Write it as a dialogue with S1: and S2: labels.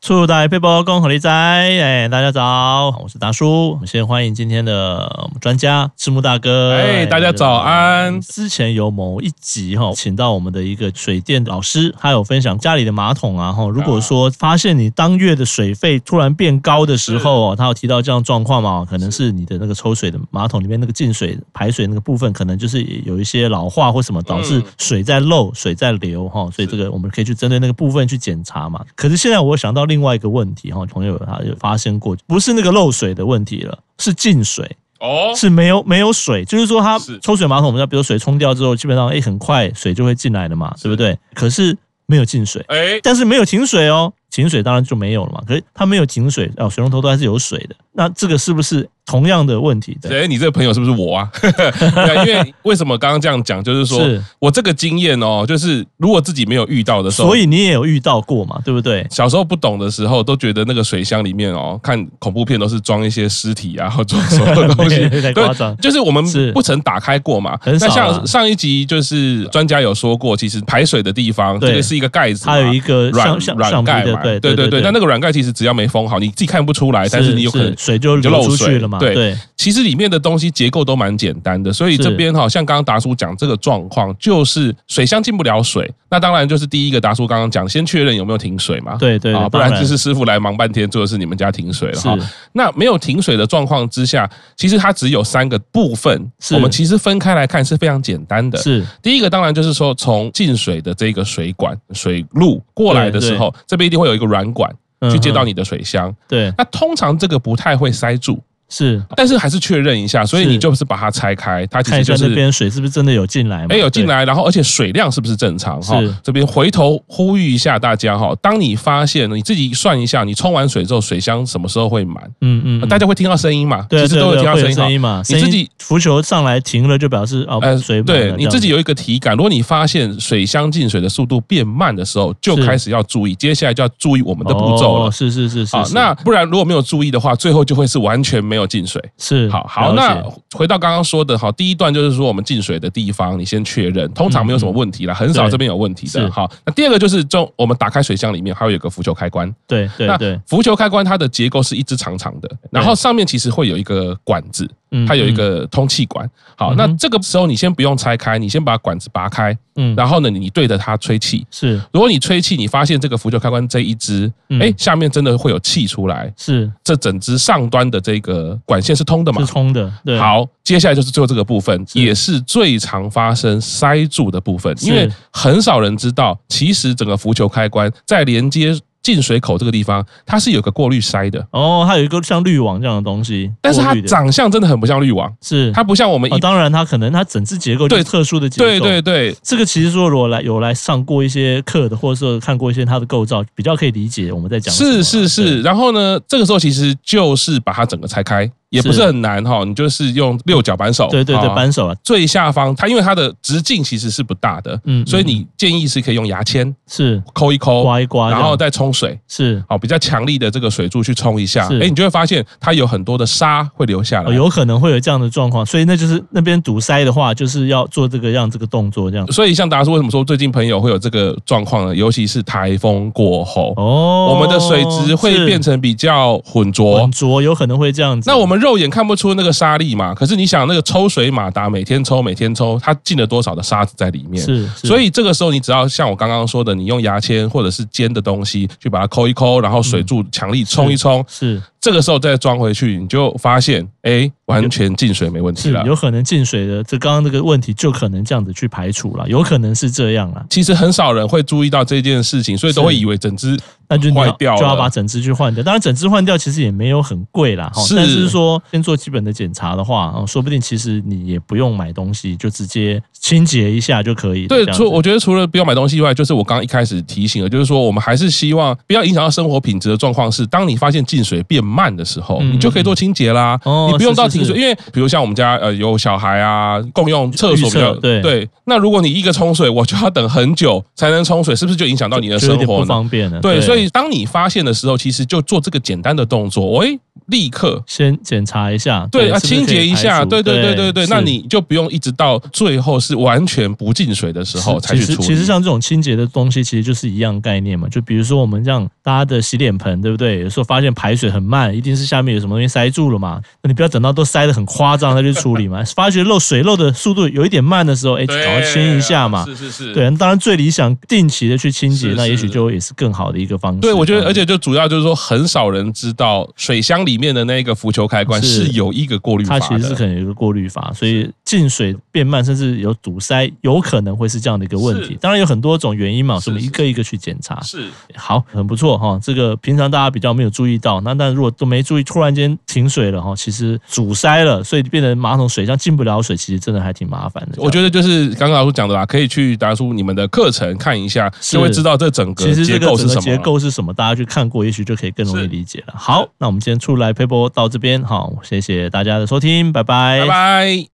S1: 出大配波共和力哉！哎，大家早，我是达叔。我们先欢迎今天的呃专家赤木大哥。
S2: 哎大家早安
S1: 之前有某一集哈，请到我们的一个水电老师，他有分享家里的马桶啊哈，如果说发现你当月的水费突然变高的时候哦，他有提到这样状况嘛，可能是你的那个抽水的马桶里面那个进水排水那个部分，可能就是有一些老化或什么导致
S2: 嗯
S1: 水在漏、水在流哈，所以这个我们可以去针对那个部分去检查嘛。可是现在我想到另外一个问题哈，朋友他有发生过，不是那个漏水的问题了，是进水。
S2: 哦，
S1: 是没有没有水，就是说它
S2: 是
S1: 抽水马桶，我们要比如水冲掉之后，基本上诶很快水就会进来了嘛，对不对？可是没有进水，
S2: 哎，
S1: 但是没有停水哦，停水当然就没有了嘛。可是它没有停水哦，水龙头都还是有水的，那这个是不是同样的问题？对，
S2: 哎，你这个朋友是不是我啊？ 对啊因为为什么刚刚这样讲，就是说
S1: 是
S2: 我这个经验哦，就是如果自己没有遇到的时候，
S1: 所以你也有遇到过嘛，对不对？
S2: 小时候不懂的时候，都觉得那个水箱里面哦，看恐怖片都是装一些尸体啊，或装什么东西，
S1: 太夸张
S2: 对，就是我们
S1: 是
S2: 不曾打开过嘛。
S1: 很少啊
S2: 那
S1: 啦
S2: 像上一集就是专家有说过，其实排水的地方，
S1: 对
S2: 这个是一个盖子嘛，
S1: 它有一个
S2: 软
S1: 像像
S2: 软
S1: 橡皮
S2: 盖
S1: 的
S2: 嘛，，
S1: 对
S2: 对
S1: 对
S2: 对。那那个软盖其实只要没封好，你自己看不出来，但是你有可能
S1: 水就
S2: 你就
S1: 流
S2: 漏
S1: 出
S2: 水
S1: 去了嘛，
S2: 对
S1: 对，
S2: 其实里面的东西结构都蛮简单的，所以
S1: 是
S2: 这边哈，像刚刚达叔讲这个状况，就是水箱进不了水，那当然就是第一个达叔刚刚讲，先确认有没有停水嘛，
S1: 对对
S2: 啊，
S1: 对
S2: 不然
S1: 当然
S2: 就是师傅来忙半天，做的是你们家停水了
S1: 是
S2: 哈。那没有停水的状况之下，其实它只有三个部分，
S1: 是
S2: 我们其实分开来看是非常简单的。
S1: 是
S2: 第一个当然就是说，从进水的这个水管水路过来的时候，这边一定会有一个软管去接到，
S1: 嗯
S2: 你的水箱。
S1: 哼对，
S2: 那通常这个不太会塞住，
S1: 是
S2: 但是还是确认一下，所以
S1: 是
S2: 你就是把它拆开，它其
S1: 看一
S2: 实
S1: 下
S2: 就
S1: 那
S2: 是。
S1: 边水是不是真的有进来嘛？
S2: 哎，有进
S1: 对，
S2: 来，然后而且水量是不是正常？哈
S1: 是，
S2: 这边回头呼吁一下大家哈，当你发现你自己算一下，你冲完水之后水箱什么时候会满？
S1: 嗯嗯，嗯
S2: 大家会听到声音嘛？
S1: 对
S2: 其
S1: 啊
S2: 实
S1: 对啊
S2: 都
S1: 对啊
S2: 有听到
S1: 会有
S2: 声音哈
S1: 声。音嘛，
S2: 你自己呃
S1: 声音浮球上来停了就表示哦，水满了
S2: 对你自己
S1: 这样
S2: 有一个体感，如果你发现水箱进水的速度变慢的时候，就是开始要注意，接下来就要注意我们的步骤
S1: 哦
S2: 了。
S1: 是是是是
S2: 好，，
S1: 是
S2: 那不然如果没有注意的话，最后就会是完全没有进水。
S1: 是
S2: 好好，
S1: 了
S2: 那
S1: 解
S2: 回到刚刚说的，好，第一段就是说我们进水的地方，你先确认，通常没有什么问题啦，很少
S1: 嗯对
S2: 这边有问题
S1: 是
S2: 的。好，那第二个就是中，我们打开水箱里面还有一个浮球开关，
S1: 对对
S2: 那
S1: 对，
S2: 浮球开关它的结构是一支长长的，然后上面其实会有一个管子，
S1: 嗯
S2: 它有一个通气管。好，
S1: 嗯
S2: 那
S1: 哼
S2: 这个时候你先不用拆开，你先把管子拔开，
S1: 嗯嗯
S2: 然后呢，你对着它吹气。
S1: 是
S2: 如果你吹气，你发现这个浮球开关这一支，
S1: 嗯
S2: 哎，下面真的会有气出来，
S1: 是
S2: 这整支上端的这个管线是通的嘛
S1: 是？冲的，对，
S2: 好，接下来就是最后这个部分，
S1: 是
S2: 也是最常发生塞住的部分，
S1: 是
S2: 因为很少人知道，其实整个浮球开关在连接进水口这个地方，它是有个过滤塞的，
S1: 哦，它有一个像滤网这样的东西，
S2: 但是
S1: 过
S2: 它
S1: 滤的
S2: 长相真的很不像滤网，
S1: 是
S2: 它不像我们
S1: 哦，
S2: 一
S1: 当然它可能它整只结构就是
S2: 对
S1: 特殊的结构，
S2: 对对对。
S1: 这个其实说，如果来有来上过一些课的，或者说看过一些它的构造，比较可以理解我们在讲什么啊
S2: 是
S1: 了。
S2: 是是，然后呢，这个时候其实就是把它整个拆开，也不
S1: 是
S2: 是很难哈，你就是用六角扳手，
S1: 对，对对对，
S2: 啊
S1: 扳手啊，
S2: 最下方，它因为它的直径其实是不大的，
S1: 嗯
S2: 嗯，所以
S1: 嗯
S2: 你建议是可以用牙签
S1: 是
S2: 抠一抠，
S1: 刮一刮这样，
S2: 然后再冲水，
S1: 是
S2: 好，哦比较强力的这个水柱去冲一下，
S1: 是
S2: 哎，你就会发现它有很多的沙会流下来。
S1: 哦，有可能会有这样的状况，所以那就是那边堵塞的话，就是要做这个让这个动作这样。
S2: 所以像达叔为什么说最近朋友会有这个状况呢？尤其是台风过后，
S1: 哦，
S2: 我们的水质会变成比较浑
S1: 是
S2: 浊
S1: 浑。浊，有可能会这样子。
S2: 那我们肉眼看不出那个沙粒嘛，可是你想那个抽水马达每天抽每天抽，它进了多少的沙子在里面？
S1: 是，是
S2: 所以这个时候，你只要像我刚刚说的，你用牙签或者是尖的东西去把它抠一抠，然后水柱强力冲一冲，
S1: 是
S2: 这个时候再装回去，你就发现，哎，完全进水没问题
S1: 是
S2: 了。
S1: 有可能进水的，这刚刚这个问题就可能这样子去排除了，有可能是这样啦。
S2: 其实很少人会注意到这件事情，所以都会以为整只
S1: 那就你要
S2: 坏掉了
S1: 就要把整只去换掉。当然，整只换掉其实也没有很贵啦，哈。
S2: 是
S1: 但是说先做基本的检查的话，哦，说不定其实你也不用买东西，就直接清洁一下就可以了。
S2: 对
S1: 这，样子
S2: 除我觉得除了不要买东西以外，就是我刚刚一开始提醒的，就是说我们还是希望不要影响到生活品质的状况是，当你发现进水变慢的时候，
S1: 嗯
S2: 你就可以做清洁啦，
S1: 哦
S2: 你不用到停
S1: 是
S2: 水，
S1: 是
S2: 因为比如像我们家呃有小孩啊，共用厕所比较
S1: 预设对
S2: 那如果你一个冲水，我就要等很久才能冲水，是不是就影响到你的
S1: 就有
S2: 生
S1: 点
S2: 活
S1: 不
S2: 呢？
S1: 方便了。
S2: 对，所以以当你发现的时候，其实就做这个简单的动作，喂，立刻
S1: 先检查一下，
S2: 对啊，
S1: 是不是
S2: 清
S1: 可以
S2: 洁一
S1: 排
S2: 下，
S1: 除
S2: 对对对对对，
S1: 是
S2: 那你就不用一直到最后是完全不进水的时候才
S1: 其
S2: 去
S1: 实
S2: 处理。
S1: 其实像这种清洁的东西，其实就是一样概念嘛。就比如说我们让大家的洗脸盆，对不对？有时候发现排水很慢，一定是下面有什么东西塞住了嘛。那你不要等到都塞得很夸张再去处 理嘛。发觉漏水漏的速度有一点慢的时候，哎，赶
S2: 对
S1: 快清一下嘛。
S2: 是是是，
S1: 对，那当然最理想定期的去清洁，
S2: 是
S1: 那也
S2: 是
S1: 许就也是更好的一个方式。
S2: 对，我觉得，
S1: 嗯
S2: 而且就主要就是说，很少人知道水箱里面的那个浮球开关
S1: 是
S2: 是有一个过滤
S1: 它
S2: 阀
S1: 其实是
S2: 的。
S1: 可能有一个过滤法，所以进水变慢，甚至有堵塞，有可能会是这样的一个问
S2: 是
S1: 题。当然有很多种原因嘛，
S2: 是
S1: 所以我们一
S2: 是
S1: 个一个去检查。
S2: 是，
S1: 好，很不错哈。这个平常大家比较没有注意到，那但如果都没注意，突然间停水了哈，其实阻塞了，所以变成马桶水箱进不了水，其实真的还挺麻烦的。
S2: 我觉得就是刚刚老师讲的啦，可以去达叔你们的课程看一下，
S1: 是
S2: 就会知道这整
S1: 其
S2: 个
S1: 实这
S2: 结
S1: 个
S2: 构
S1: 整个
S2: 是什么啊
S1: 结
S2: 了。
S1: 构是什么，大家去看过，也许就可以更容易
S2: 是
S1: 理解了。好，那我们今天出来 paper 到这边，好，谢谢大家的收听，拜
S2: 拜拜。